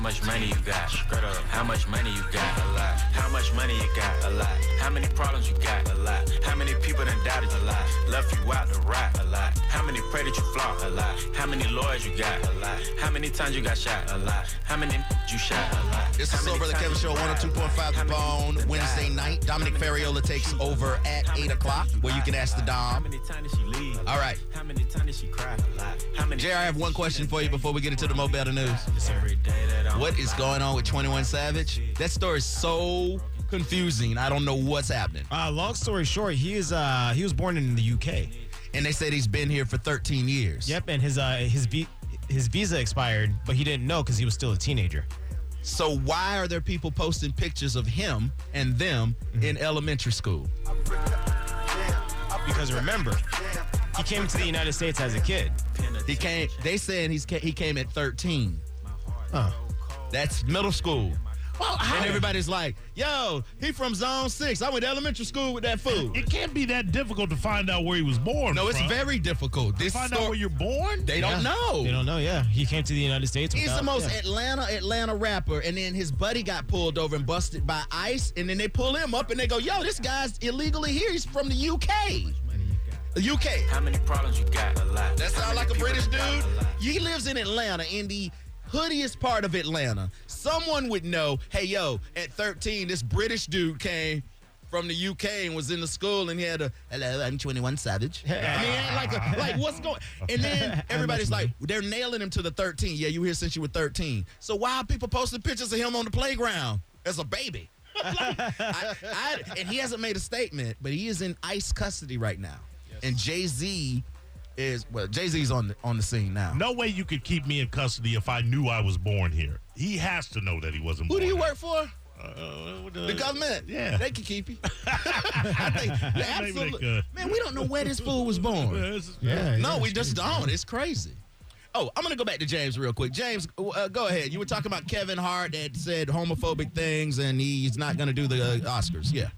much money you got? Straight up. How much money you got? A lot. How much money you got? A lot. How many problems you got? A lot. How many people done doubted you? A lot. Left you out to rot? A lot. How many pray that you flop? A lot. How many lawyers you got? A lot. How many times you got shot? A lot. How many you shot? A lot. It's the How many Soul Brother times Kevin you Show, lied? 102.5 How The many you Bone, done Wednesday died? night. Dominic Ferriola takes over at 8 o'clock, where you can ask the How Dom. many times did she leave? All right. How many times did she cry? A lot. How many Jerry, I have one question for you before we get into the Mo Better News. Every day that I'm What is going on with 21 Savage? That story is so confusing. I don't know what's happening. Uh, long story short, he is uh, he was born in the UK. And they said he's been here for 13 years. Yep, and his uh, his vi- his visa expired, but he didn't know because he was still a teenager. So why are there people posting pictures of him and them Mm-hmm. in elementary school? Because remember, he came to the United States as a kid. He came. They saying he's ca- he came at 13. Huh. That's middle school. Well, And how, everybody's like, "Yo, he from Zone Six. I went to elementary school with that fool." it can't be that difficult to find out where he was born. No, it's bruh. very difficult. This Find out story, where you're born. they don't know. They don't know. Yeah, he came to the United States. He's the without- most yeah. Atlanta Atlanta rapper, and then his buddy got pulled over and busted by ICE, and then they pull him up and they go, "Yo, this guy's illegally here. He's from the UK." The UK. How many problems you got? A lot. That How sound many like a people British that dude. died? A lot. He lives in Atlanta, in the hoodiest part of Atlanta. Someone would know, hey, yo, at 13, this British dude came from the UK and was in the school and he had a, hello, I'm 21 Savage. I mean, had like, a, like, what's going And then everybody's like, they're nailing him to the 13. Yeah, you were here since you were 13. So why are people posting pictures of him on the playground as a baby? Like, I- I- and he hasn't made a statement, but he is in ICE custody right now. And Jay Z is well, Jay Z's on the, on the scene now. No way you could keep me in custody if I knew I was born here. He has to know that he wasn't Who born do you here. work for? Uh, The government. Yeah. They can keep you. I think they Maybe they absolute- could. Man, we don't know where this fool was born. Yeah, No, yeah, we just don't. It's crazy. Oh, I'm going to go back to James real quick. James, uh, go ahead. You were talking about Kevin Hart that said homophobic things and he's not going to do the uh, Oscars. Yeah.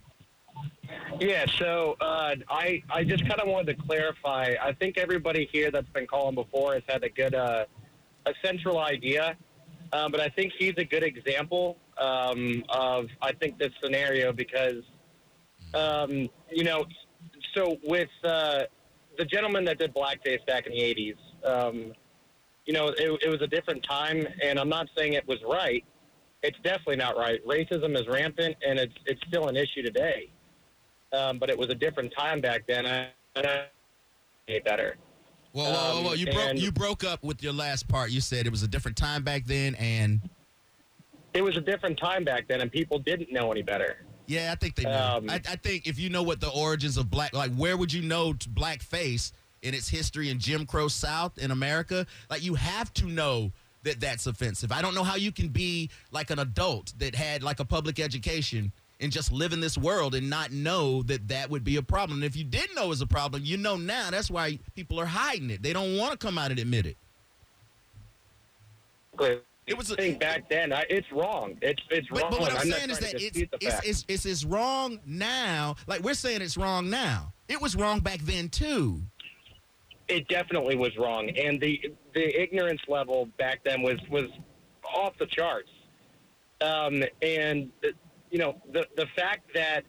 Yeah, so uh, I I just kind of wanted to clarify. I think everybody here that's been calling before has had a good uh, a central idea, um, but I think he's a good example um, of I think this scenario because um, you know so with uh, the gentleman that did blackface back in the '80s, um, you know it, it was a different time, and I'm not saying it was right. It's definitely not right. Racism is rampant, and it's it's still an issue today um, but it was a different time back then. I, I better. Whoa, whoa, whoa, whoa. Um, You, broke, and- you broke up with your last part. You said it was a different time back then and. It was a different time back then, and people didn't know any better. Yeah, I think they know. Um, I, I think if you know what the origins of black, like where would you know t- blackface in its history in Jim Crow South in America? Like you have to know that that's offensive. I don't know how you can be like an adult that had like a public education and just live in this world and not know that that would be a problem. And if you did know it was a problem, you know now. That's why people are hiding it. They don't want to come out and admit it. It It was was a- thing back then. I, it's wrong. It's it's But, wrong. but what I'm, not saying is trying that to it's dispute the it's, fact. it's it's it's wrong now. Like we're saying it's wrong now. It was wrong back then too. it definitely was wrong, and the the ignorance level back then was was off the charts. Um, and you know the the fact that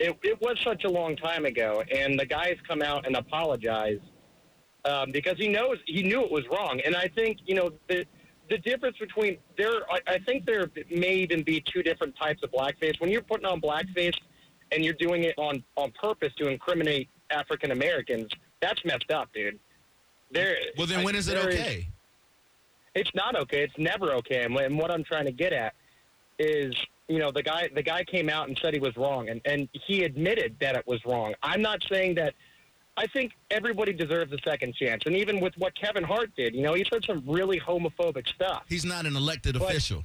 it, it was such a long time ago, and the guys come out and apologize um, because he knows he knew it was wrong, and I think you know the the difference between there. I, I think there may even be two different types of blackface. When you're putting on blackface and you're doing it on on purpose to incriminate African Americans, that's messed up, dude. There. Well, then when is it there okay? it's not okay. It's never okay. And, and what I'm trying to get at is, you know, the guy the guy came out and said he was wrong, and and he admitted that it was wrong. I'm not saying that. I think everybody deserves a second chance, and even with what Kevin Hart did, you know, he said some really homophobic stuff. He's not an elected But- official.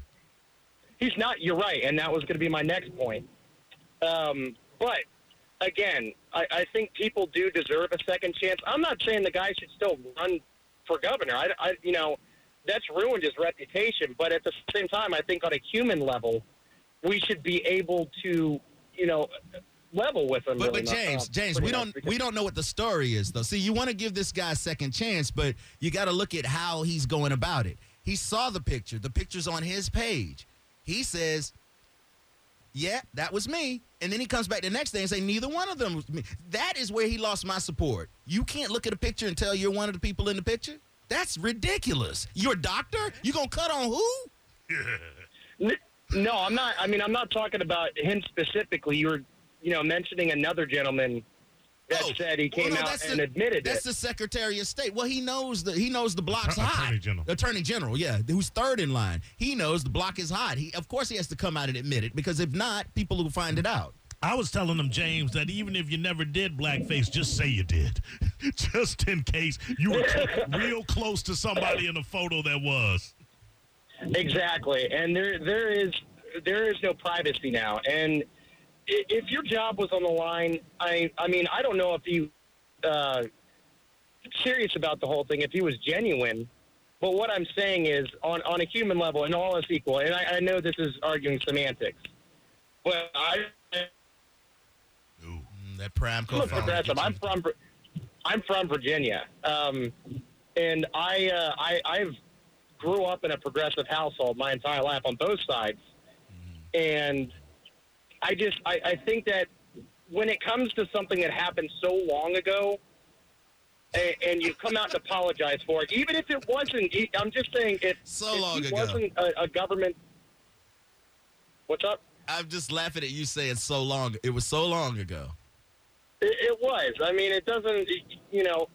He's not. You're right, and that was going to be my next point. Um, but again, I, I think people do deserve a second chance. I'm not saying the guy should still run for governor. I, I- you know, that's ruined his reputation. But at the same time, I think on a human level, we should be able to, you know, level with him. But, really but much, James, uh, James, we pretty much, don't because- we don't know what the story is though. See, you want to give this guy a second chance, but you got to look at how he's going about it. He saw the picture. The picture's on his page. He says, yeah, that was me. And then he comes back the next day and say, neither one of them was me. That is where he lost my support. You can't look at a picture and tell you're one of the people in the picture? That's ridiculous. You're a doctor? You gonna cut on who? N- No, I'm not. I mean, I'm not talking about him specifically. You were, you know, mentioning another gentleman that Oh, said he well, came no, out that's and the- admitted That's it. the Secretary of State. Well, he knows the he knows the block's Attorney hot. General. Attorney General, yeah, who's third in line. He knows the block is hot. He of course he has to come out and admit it because if not, people will find it out. I was telling them, James, that even if you never did blackface, just say you did. just in case you were cl- real close to somebody in a photo that was. Exactly, and there there is there is no privacy now. And i- if your job was on the line, I I mean, I don't know if you uh, serious about the whole thing. If he was genuine, but what I'm saying is, on on a human level, and all is equal. And I, I know this is arguing semantics, but I Ooh. Mm, that prime I'm a co progressive. I'm from I'm from Virginia, um, and I uh, I I've grew up in a progressive household my entire life on both sides, Mm-hmm. and I just I, I think that when it comes to something that happened so long ago. a- And you come out and apologize for it, even if it wasn't. e, I'm just saying, if So if long he ago. wasn't a, a government. What's up? I'm just laughing at you saying so long. It was so long ago. It, it was. I mean, it doesn't. You know,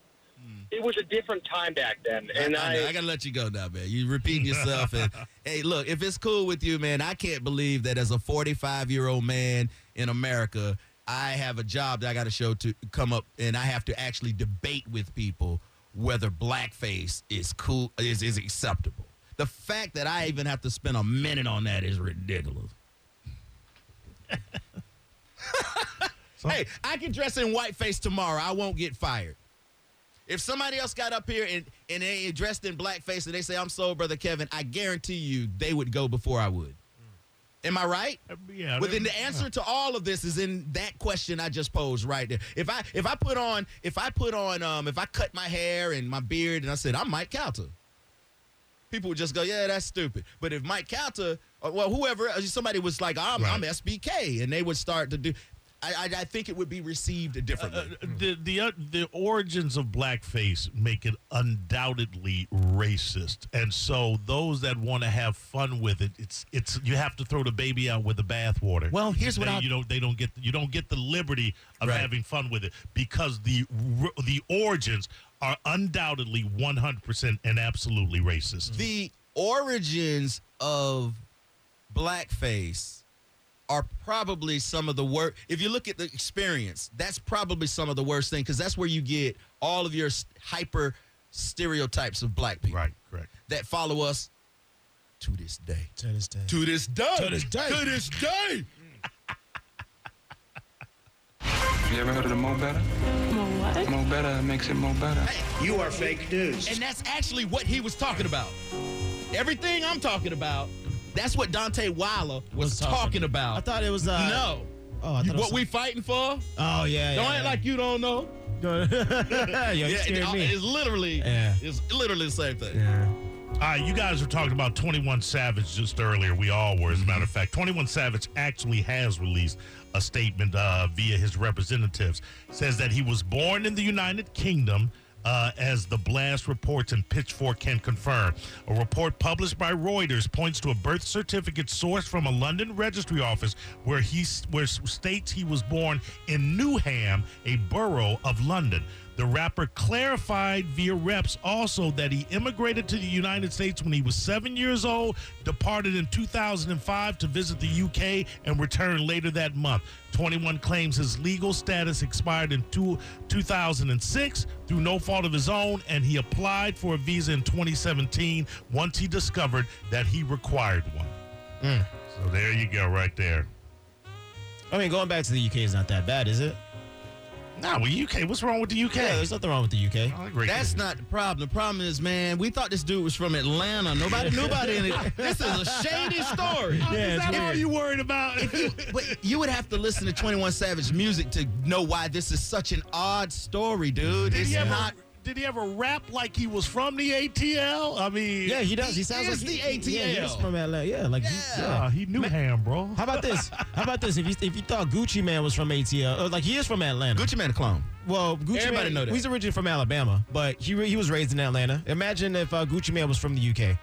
it was a different time back then, and Hmm. I, know. I I. gotta let you go now, man. You repeat yourself. And hey, look, if it's cool with you, man, I can't believe that as a 45 year old man in America, I have a job that I got to show to come up, and I have to actually debate with people whether blackface is cool is is acceptable. The fact that I even have to spend a minute on that is ridiculous. Hey, I can dress in whiteface tomorrow. I won't get fired. If somebody else got up here and, and they ain't dressed in blackface and they say, I'm sorry, Brother Kevin, I guarantee you they would go before I would. Mm. Am I right? Yeah, Well, then there- the answer to all of this is in that question I just posed right there. If I if I put on if I put on um if I cut my hair and my beard and I said I'm Mike Calter, people would just go yeah that's stupid. But if Mike Calter or well whoever uh, somebody was like I'm I'm Right. SBK and they would start to do, I I, I think it would be received differently. Uh, the the uh, the origins of blackface make it undoubtedly racist, and so those that want to have fun with it, it's it's you have to throw the baby out with the bathwater. Well, here's they, what I- you don't they don't get you don't get the liberty of Right. having fun with it because the r- the origins are undoubtedly one hundred percent and absolutely racist. the origins of blackface are probably some of the worst. If you look at the experience, that's probably some of the worst thing because that's where you get all of your s- hyper stereotypes of black people right, correct. that follow us to this day. To this day. To this day. To this day. To this day. You ever heard of the Mo Better? Well, what? Mo Better makes it Mo Better. You are fake news. And that's actually what he was talking about. Everything I'm talking about, that's what Dante Wilder was, talking, about. I thought it was. Uh, no. Oh, I thought You- it was what we fighting for? Oh yeah. Don't yeah, act like you don't know. yeah. Yo, you Yeah, scared it- me. it's literally Yeah. it's literally the same thing. Yeah. All right, you guys were talking about 21 Savage just earlier. We all were, as a matter of fact. 21 Savage actually has released a statement uh, via his representatives. Says that he was born in the United Kingdom, uh, as the blast reports and Pitchfork can confirm. A report published by Reuters points to a birth certificate sourced from a London registry office where he s- where s- states he was born in Newham, a borough of London. The rapper clarified via reps also that he immigrated to the United States when he was seven years old, departed in 2005 to visit the UK, and returned later that month. 21 claims his legal status expired in two, 2006 through no fault of his own, and he applied for a visa in 2017 once he discovered that he required one. Mm. So there you go, right there. I mean, going back to the UK is not that bad, is it? Nah, well, UK, what's wrong with the UK? Yeah, there's nothing wrong with the UK. I agree. That's not the problem. The problem is, man, we thought this dude was from Atlanta. Nobody knew about it. This is a shady story. Yeah, it's Is that all weird. you worried about? But you would have to listen to 21 Savage music to know why this is such an odd story, dude. Did it's he ever- not Did he ever rap like he was from the ATL? I mean, Yeah, he does. He, He sounds is like the he- Yeah, ATL. he's from LA. Yeah, like he- Yeah. yeah. Uh, he knew Ham, bro. How about this? How about this? If you if you thought Gucci Man was from ATL, or uh, like he is from Atlanta. Gucci Man a clone. Well, Gucci Everybody Man, know that. he's originally from Alabama, but he re- he was raised in Atlanta. Imagine if uh, Gucci Man was from the UK.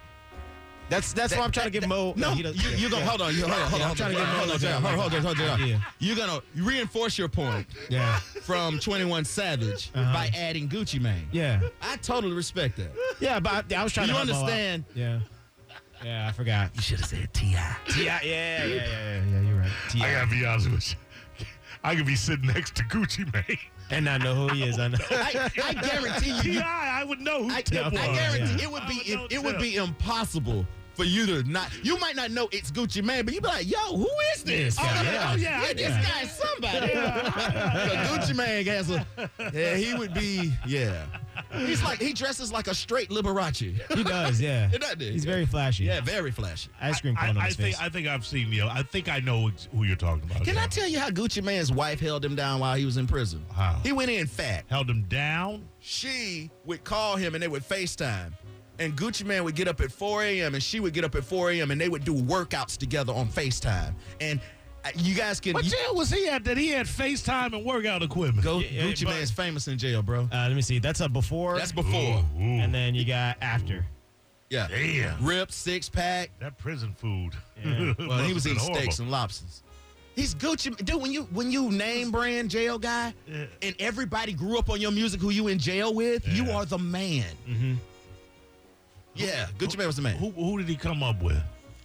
That's that's why I'm trying to get Mo. No, he you, does- yeah, you're gonna yeah. hold on. You, hold on, hold Yeah, on. I'm trying to get hold on, Melo hold on, down. hold on, hold on, hold on. Yeah. You're gonna reinforce your point Yeah, from 21 Savage Uh-huh. by adding Gucci Mane. yeah, I totally respect that. yeah. But I, I was trying You to help Mo out. understand? Yeah, yeah. I forgot. You should have said T.I. Ti. Yeah, yeah, yeah, yeah, yeah. yeah you're right. Ti. I gotta be honest with you. I could be sitting next to Gucci Mane. And I know who he is. I know. I, I guarantee you. Ti, you I would know who I, Tip I was. guarantee yeah. it would I be would it, know it would Tip. be impossible for you to not. You might not know it's Gucci Mane, but you'd be like, "Yo, who is this?" Oh, guy? yeah, oh, yeah, I this know. guy's somebody. But Gucci Mane has a. Yeah, he would be. Yeah, he's like he dresses like a straight Liberace. He does. Yeah. It does, dude. He's very flashy. Yeah, very flashy. Ice cream I, cone on I his face. think I think I've seen you. I think I know ex- who you're talking about. Can now. I tell you how Gucci Mane's wife held him down while he was in prison? How? He went in fat. Held him down. She would call him and they would FaceTime. And Gucci Man would get up at 4 a.m. and she would get up at 4 a.m. and they would do workouts together on FaceTime. And uh, you guys can What you- jail was he at that he had FaceTime and workout equipment? go. Yeah, Gucci but- Mane's famous in jail, bro. Uh, let me see. That's a before. That's Ooh, before. ooh. And then you got after. Yeah. damn, Rip, six pack. that prison food. Yeah. Well, he Must've was been eating horrible. steaks and lobsters. He's Gucci, dude. When you when you name brand jail guy, Yeah. and everybody grew up on your music, who you in jail with, you Yeah. Mm-hmm. are the man. Yeah, Gucci Mane was the man. Who, who did he come up with?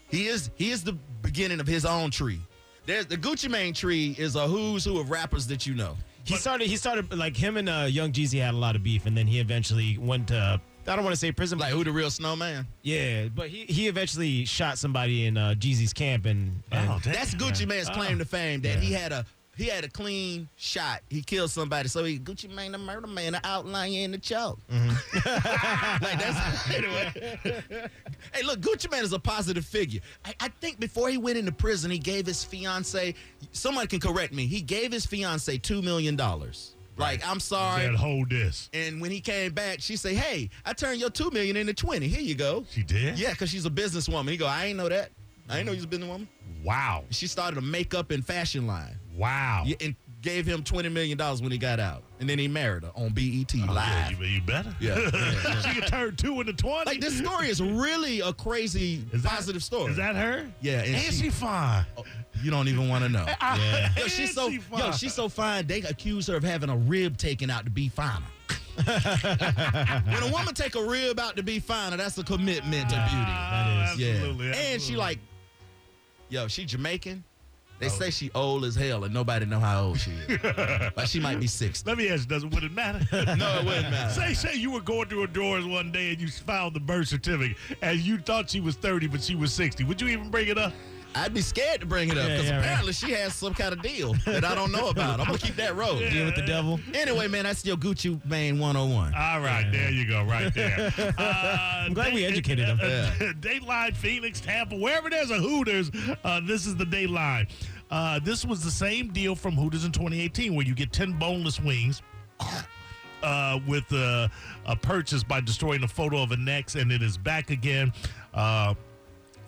He is he is the beginning of his own tree. There's the Gucci Mane tree is a who's who of rappers that you know. He started. He started like him and uh, Young Jeezy had a lot of beef, and then he eventually went to. I don't want to say prison, Like like who the real snowman? yeah, but he, he eventually shot somebody in uh, Jeezy's camp, and, and Oh, damn. That's Gucci Mane's claim to fame that he had a he had a clean shot. He killed somebody. So he Gucci Mane the murder man, the outline in the choke. Mm-hmm. like that's anyway. hey, look, Gucci Mane is a positive figure. I, I think before he went into prison, he gave his fiance somebody can correct me. He gave his fiance two million dollars. Like, I'm sorry. that hold this. And when he came back, she say, "Hey, I turned your two million into twenty. Here you go." She did. Yeah, cause she's a businesswoman. He go, "I ain't know that. I ain't know you was a businesswoman." Wow. She started a makeup and fashion line, Wow. Yeah, and gave him twenty million dollars when he got out, and then he married her on BET Oh, Yeah, Live. you, you better. Yeah, she could turn two into twenty. like this story is really a crazy Is that- positive story. Is that her? yeah, and, And she, Oh, she fine. you don't even want to know. yeah. Yo, And she's so she fine. yo, she's so fine. They accuse her of having a rib taken out to be finer. when a woman take a rib out to be finer, that's a commitment to beauty. Ah, That Yeah, absolutely, and she absolutely. like, yo, she Jamaican. They say she old as hell, and nobody know how old she is. like she might be sixty. Let me ask you, does it would it matter? No, it wouldn't matter. Say, say you were going through her doors one day and you found the birth certificate and you thought she was 30, but she was 60. Would you even bring it up? I'd be scared to bring it up Yeah, because yeah, right. apparently she has some kind of deal that I don't know about. I'm gonna keep that road. deal with the devil. Anyway, man, that's your Gucci Mane 101. All right, there you go, right there. Uh, I'm glad we educated him. uh, Dateline, Phoenix, Tampa, wherever there's a Hooters, uh, this is the Dateline. Uh, this was the same deal from Hooters in 2018 where you get 10 boneless wings. uh, with a, a purchase by destroying a photo of an ex, and it is back again. Uh,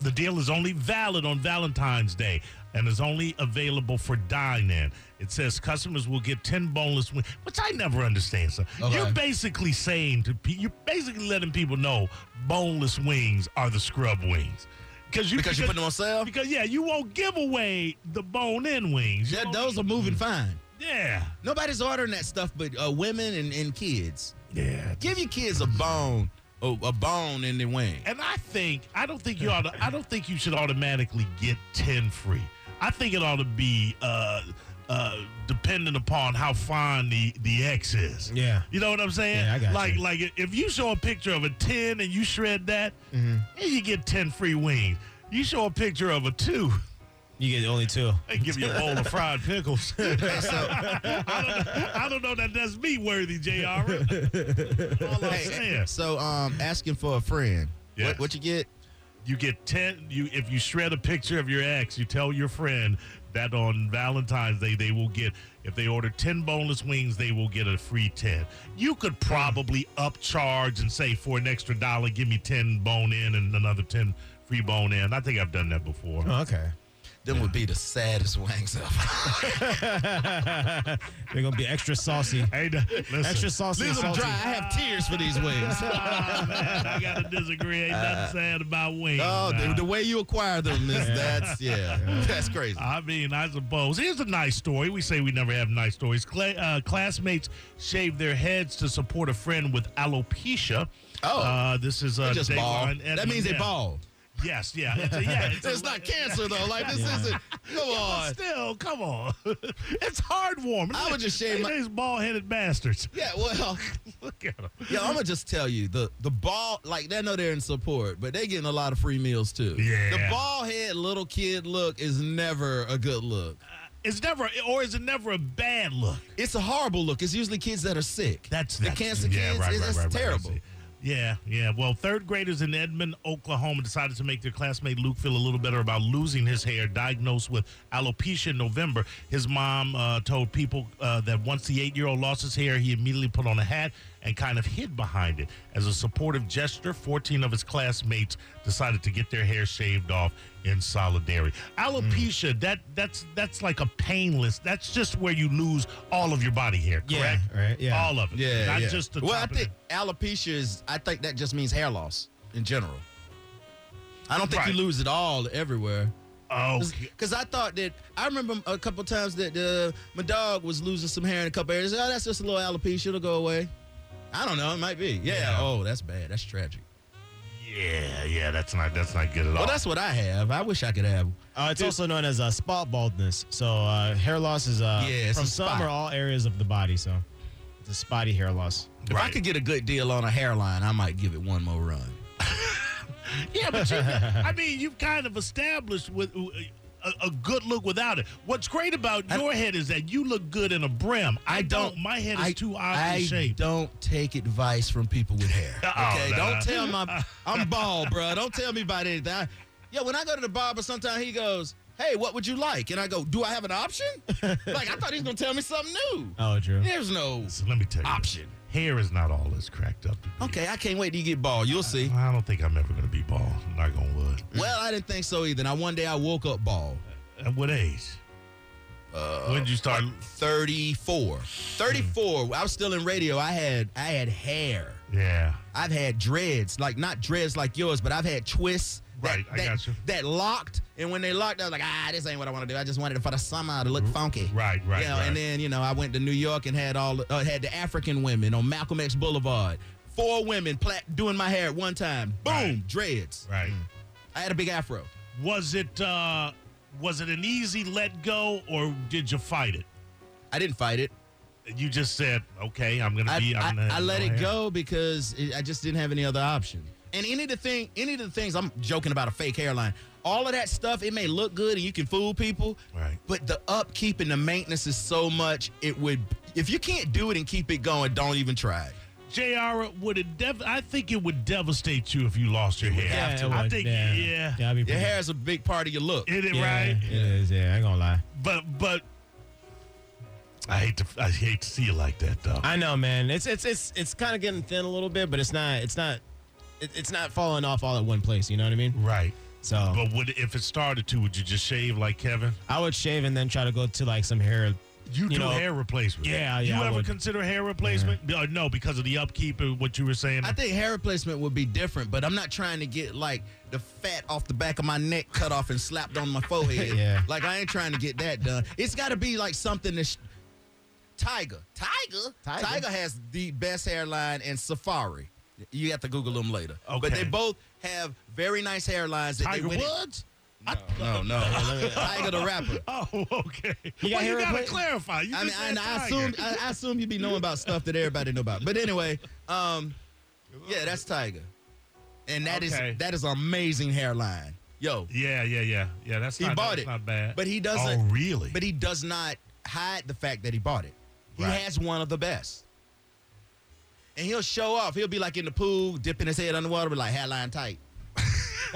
the deal is only valid on Valentine's Day and is only available for dine in. It says customers will get 10 boneless wings, which I never understand. So Okay. you're basically saying to people, you're basically letting people know boneless wings are the scrub wings. you, Because you put them on sale. Because, yeah, you won't give away the bone in wings. You Oh, Yeah, won't- those are moving fine. Yeah. Nobody's ordering that stuff, but uh, women and, and kids. Yeah. Give your kids a bone, a, a bone in their wing. And I think I don't think you ought to, I don't think you should automatically get ten free. I think it ought to be uh, uh, dependent upon how fine the the X is. Yeah. You know what I'm saying? Yeah, I got like you. like if you show a picture of a ten and you shred that, Mm-hmm. and you get ten free wings. You show a picture of a two, You get only two. they give you a bowl of fried pickles. I, Hey, so, don't, I don't know that that's me worthy, Jr. All I'm hey, saying. so um, asking for a friend. Yes. What, what you get? You get ten. You if you shred a picture of your ex, you tell your friend that on Valentine's Day they will get if they order ten boneless wings, they will get a free ten. You could probably upcharge and say for an extra dollar, give me ten bone in and another ten free bone in. I think I've done that before. Oh, okay. Them would be the saddest wangs ever. They're gonna be extra saucy. Hey, th- listen. Extra saucy. and Leave them salty. dry. I have tears for these wings. Ah, man, I gotta disagree. Ain't nothing sad about wings. Oh, man. the, the way you acquire them is that's yeah, that's crazy. I mean, I suppose. Here's a nice story. We say we never have nice stories. Cla- uh, classmates shaved their heads to support a friend with alopecia. Oh. Uh, this is uh, just Daywan bald. Edmonds. That means they Yeah. bald. Yes, yeah. It's, a, yeah, it's, a- It's not cancer though. Like this isn't. Come on. Still, come on. it's hard warm. I would just shave my- These bald headed bastards. Yeah. Well. Look at them. Yeah. I'm gonna just tell you the the ball. Like they know they're in support, but they getting a lot of free meals too. Yeah. The bald head little kid look is never a good look. It's never, or is it never a bad look? It's a horrible look. It's usually kids that are sick. That's the that's- cancer yeah, kids. Right, it's right, that's right, right, I terrible. see. yeah, yeah. Well, third graders in Edmond, Oklahoma, decided to make their classmate Luke feel a little better about losing his hair. Diagnosed with alopecia in November, his mom uh, told people uh, that once the eight-year-old lost his hair, he immediately put on a hat and kind of hid behind it. As a supportive gesture, 14 of his classmates decided to get their hair shaved off in solidarity. Alopecia, Mm. that that's that's like a painless. That's just where you lose all of your body hair, Yeah, correct? right, yeah. All of it. Yeah. Not yeah. just the Well, I top of think alopecia is. I think that just means hair loss in general. I don't think Right. you lose it all everywhere. the- Oh, Because I thought that I remember a couple times that uh, my dog was losing some hair in a couple areas. Oh, that's just a little alopecia. It'll go away. I don't know. It might be. Yeah. Yeah. Oh, that's bad. That's tragic. yeah, yeah. That's not that's not good at all. Well, that's what I have. I wish I could have. Uh, it's also known as uh, spot baldness. So uh, hair loss is uh, Yeah, it's from a some spot. or all areas of the body. So it's a spotty hair loss. If I Right. could get a good deal on a hairline, I might give it one more run. yeah, but you, I mean, you've kind of established with. A, a good look without it. What's great about I- your head is that you look good in a brim. I, don't, My head is I- too oddly I shaped. don't take advice from people with hair. Uh-oh, Okay, Oh, nah. don't tell my I'm bald, bro. Don't tell me about anything. I, yeah, when I go to the barber, sometimes he goes, "Hey, what would you like?" And I go, "Do I have an option?" like I thought he was gonna tell me something new. Oh, Drew. There's no. So let me tell you, Option. Hair is not all as cracked up. To be. Okay, I can't wait till you get bald. You'll see. I don't think I'm ever going to be bald. Not going to wood. Well, I didn't think so either. Now one day I woke up bald. At what age? Uh, when did you start? 34. 34. I was still in radio. I had I had hair. yeah. I've had dreads, like not dreads like yours, but I've had twists. that- Right, I that, got you. That locked, and when they locked, I was like, ah, this ain't what I want to do. I just wanted it for the summer to look funky. right, right, You know, right. And then you know, I went to New York and had all uh, had the African women on Malcolm X Boulevard. Four women pla- doing my hair at one time. Boom, Right. dreads. Mm. Right. I had a big afro. Was it uh, was it an easy let go, or did you fight it? I didn't fight it. You just said, "Okay, I'm gonna I, be." I'm I, gonna I let have no it hair. go because it, I just didn't have any other option. And any of the thing, any of the things I'm joking about a fake hairline, all of that stuff, it may look good and you can fool people, Right. But the upkeep and the maintenance is so much. It would, if you can't do it and keep it going, don't even try. it. Jr. Would it? Dev- I think it would devastate you if you lost your hair. Yeah, it I would, think. yeah. Yeah. Yeah, I'd be Your pretty- hair is a big part of your look. Hit it Yeah, right, It is. Yeah, I ain't gonna lie. but but I hate to I hate to see you like that though. I know, man. It's it's it's it's kind of getting thin a little bit, but it's not it's not it, it's not falling off all at one place. You know what I mean? right. So But would if it started to, would you just shave like Kevin? I would shave and then try to go to like some hair. You, do know, hair replacement. Yeah, yeah, You I ever would. consider hair replacement? Uh, no, because of the upkeep and what you were saying. I think hair replacement would be different, but I'm not trying to get like the fat off the back of my neck cut off and slapped on my forehead. Yeah. Like I ain't trying to get that done. It's got to be like something that's Tiger. Tiger. Tiger? has the best hairline and Safari. You have to Google them later. But Okay. they both have very nice hairlines. That Tiger they went in- Woods. No, no. Tiger the rapper. Oh, okay. You got well, you hair gotta repla- clarify. You I mean, just and said I Tiger. assume I, I assume you be knowing about stuff that everybody know about. But anyway, um, yeah, that's Tiger, and that is Okay. that is an amazing hairline. Yo, Yeah, yeah, yeah, yeah. That's he not, bought that's it, Not bad. but he Oh, doesn't. really? But he does not hide the fact that he bought it. He Right. has one of the best, and he'll show off. He'll be like in the pool, dipping his head underwater, be like hairline tight.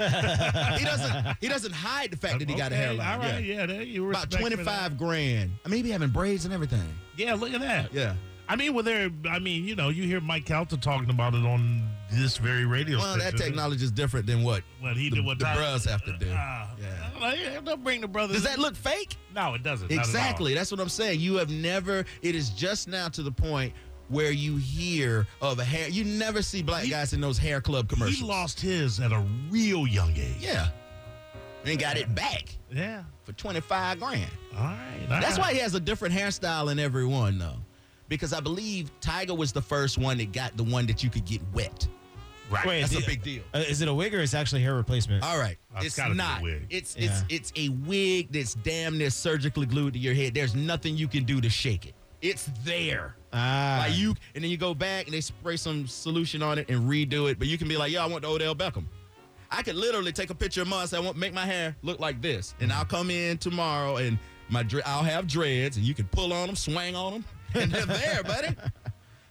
he doesn't. He doesn't hide the fact that he got a Okay, hairline. All right, yeah. yeah, there you were About twenty five grand. I mean, he be having braids and everything. Yeah, look at that. Yeah. I mean, well, there. I mean, you know, you hear Mike Calta talking about it on this very radio. Well, that station. technology is different than what What he the, did, what the Tyler- bros have to do. Ah, Yeah. yeah. Don't bring the brothers. Does that look fake? No, it doesn't. not at all. Exactly. That's what I'm saying. You have never. It is just now to the point where you hear of a hair. You never see black He- guys in those hair club commercials. He lost his at a real young age. Yeah. And got it back Yeah. for 25 grand. All right. all That's why right. he has a different hairstyle in every one, though. Because I believe Tiger was the first one that got the one that you could get wet. Right. Wait, That's the- a big deal. Uh, is it a wig or is it actually hair replacement? All right. It's it's gotta be a not. wig. It's Yeah. it's it's a wig that's damn near surgically glued to your head. There's nothing you can do to shake it. It's there. Ah, Like you, and then you go back and they spray some solution on it and redo it. But you can be like, yo, I want the Odell Beckham. I could literally take a picture of mine. and Say, I want make my hair look like this, and I'll come in tomorrow and my dre- I'll have dreads, and you can pull on them, swing on them, and they're there, buddy.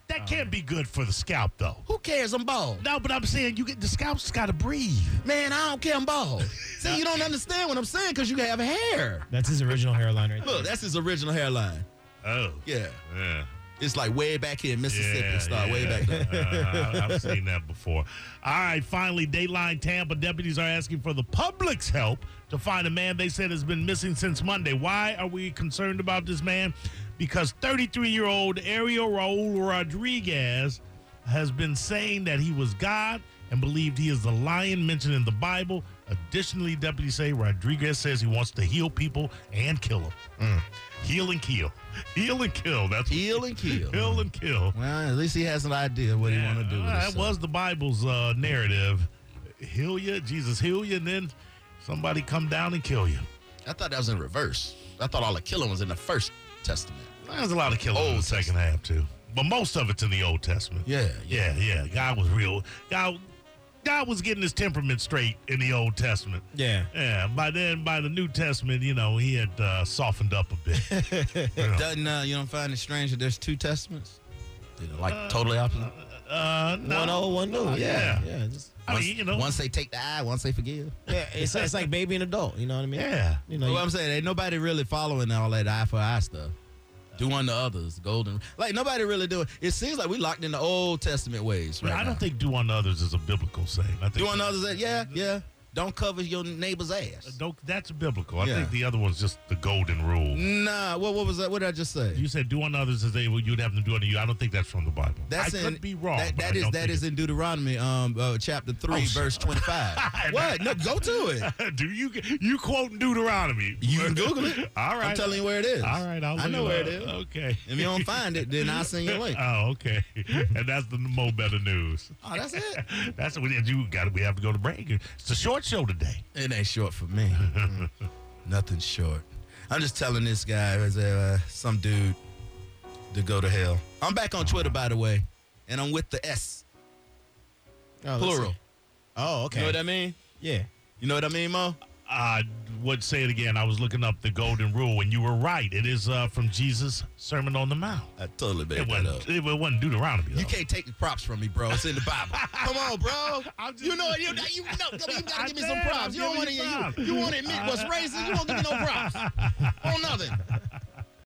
that can't be good for the scalp, though. Who cares? I'm bald, No, but I'm saying you get the scalp's got to breathe. man. I don't care. I'm bald. See, you don't understand what I'm saying because you have hair. that's his original hairline right there. Look, that's his original hairline. Oh. Yeah, Yeah. it's like way back here in Mississippi. Yeah, it start way yeah. back there. Uh, I- I've seen that before. All right, finally, Dateline Tampa deputies are asking for the public's help to find a man they said has been missing since Monday. Why are we concerned about this man? Because 33 year old Ariel Raul Rodriguez has been saying that he was God and believed he is the lion mentioned in the Bible. Additionally, deputies say Rodriguez says he wants to heal people and kill them. Heal and kill. Heal and kill. That's Mm. Heal and kill. Heal and kill. Well, at least he has an idea what he Yeah, want to do. uh, With that himself. was the Bible's uh, narrative. Heal you, Jesus heal you, and then somebody come down and kill you. I thought that was in reverse. I thought all the killing was in the first testament. There's a lot of killing in the Old second half too, but most of it's in the Old Testament. Yeah, yeah, yeah. God was real. God, God was getting his temperament straight in the Old Testament. yeah. Yeah, by then, by the New Testament, you know, he had uh, softened up a bit. Doesn't uh, you don't find it strange that there's two testaments? You know, like totally opposite. Uh, no. One old, one new. Yeah. Yeah, yeah. just- I mean, you know, once they take the eye, once they forgive. yeah it's, it's like baby and adult. You know what I mean? yeah. You But know. what I'm saying, ain't nobody really following all that eye for eye stuff. Do unto others, golden. Like nobody really doing. It seems like we locked in the Old Testament ways, right? I now. don't think do unto others is a biblical saying. I think do unto others. Yeah, yeah. Don't cover your neighbor's ass. Don't, that's biblical. I Yeah. Mm. think the other one's just the golden rule. Nah. What? What was that? What did I just say? You said do unto others as they would you'd have them do unto you. I don't think that's from the Bible. That's I in, could be wrong. That, but I that is don't that think Oh, is in Deuteronomy, um, uh, chapter three, shut verse twenty-five. what? No, go to it. it's- do you you quoting Deuteronomy? You can Google it. All right. I'm telling you where it is. All right, I'll I look know where it up. is. Okay. If you don't find it, then I'll send you a link. Oh, okay. and that's the Mo Better News. Oh, that's it. That's what we do. Got we have to go to break. It's a short show today. It ain't short for me. Mm. Nothing's short. I'm just telling this guy, as uh, some dude, to go to hell. I'm back on Twitter, by the way, and I'm with the S, Oh, let's see. plural. Oh, okay. You know what I mean? yeah. You know what I mean, Mo? I would say it again. I was looking up the Golden Rule, and you were right. It is uh, from Jesus' Sermon on the Mount. I totally It made that up. wasn't, it wasn't Deuteronomy. You though. can't take the props from me, bro. It's in the Bible. Come on, bro. I'm just- you know it. You, you know. Come on, you gotta I give me some said I'm props. You don't want giving to. you props. You, you want to admit what's racist. You won't give me no props. On nothing.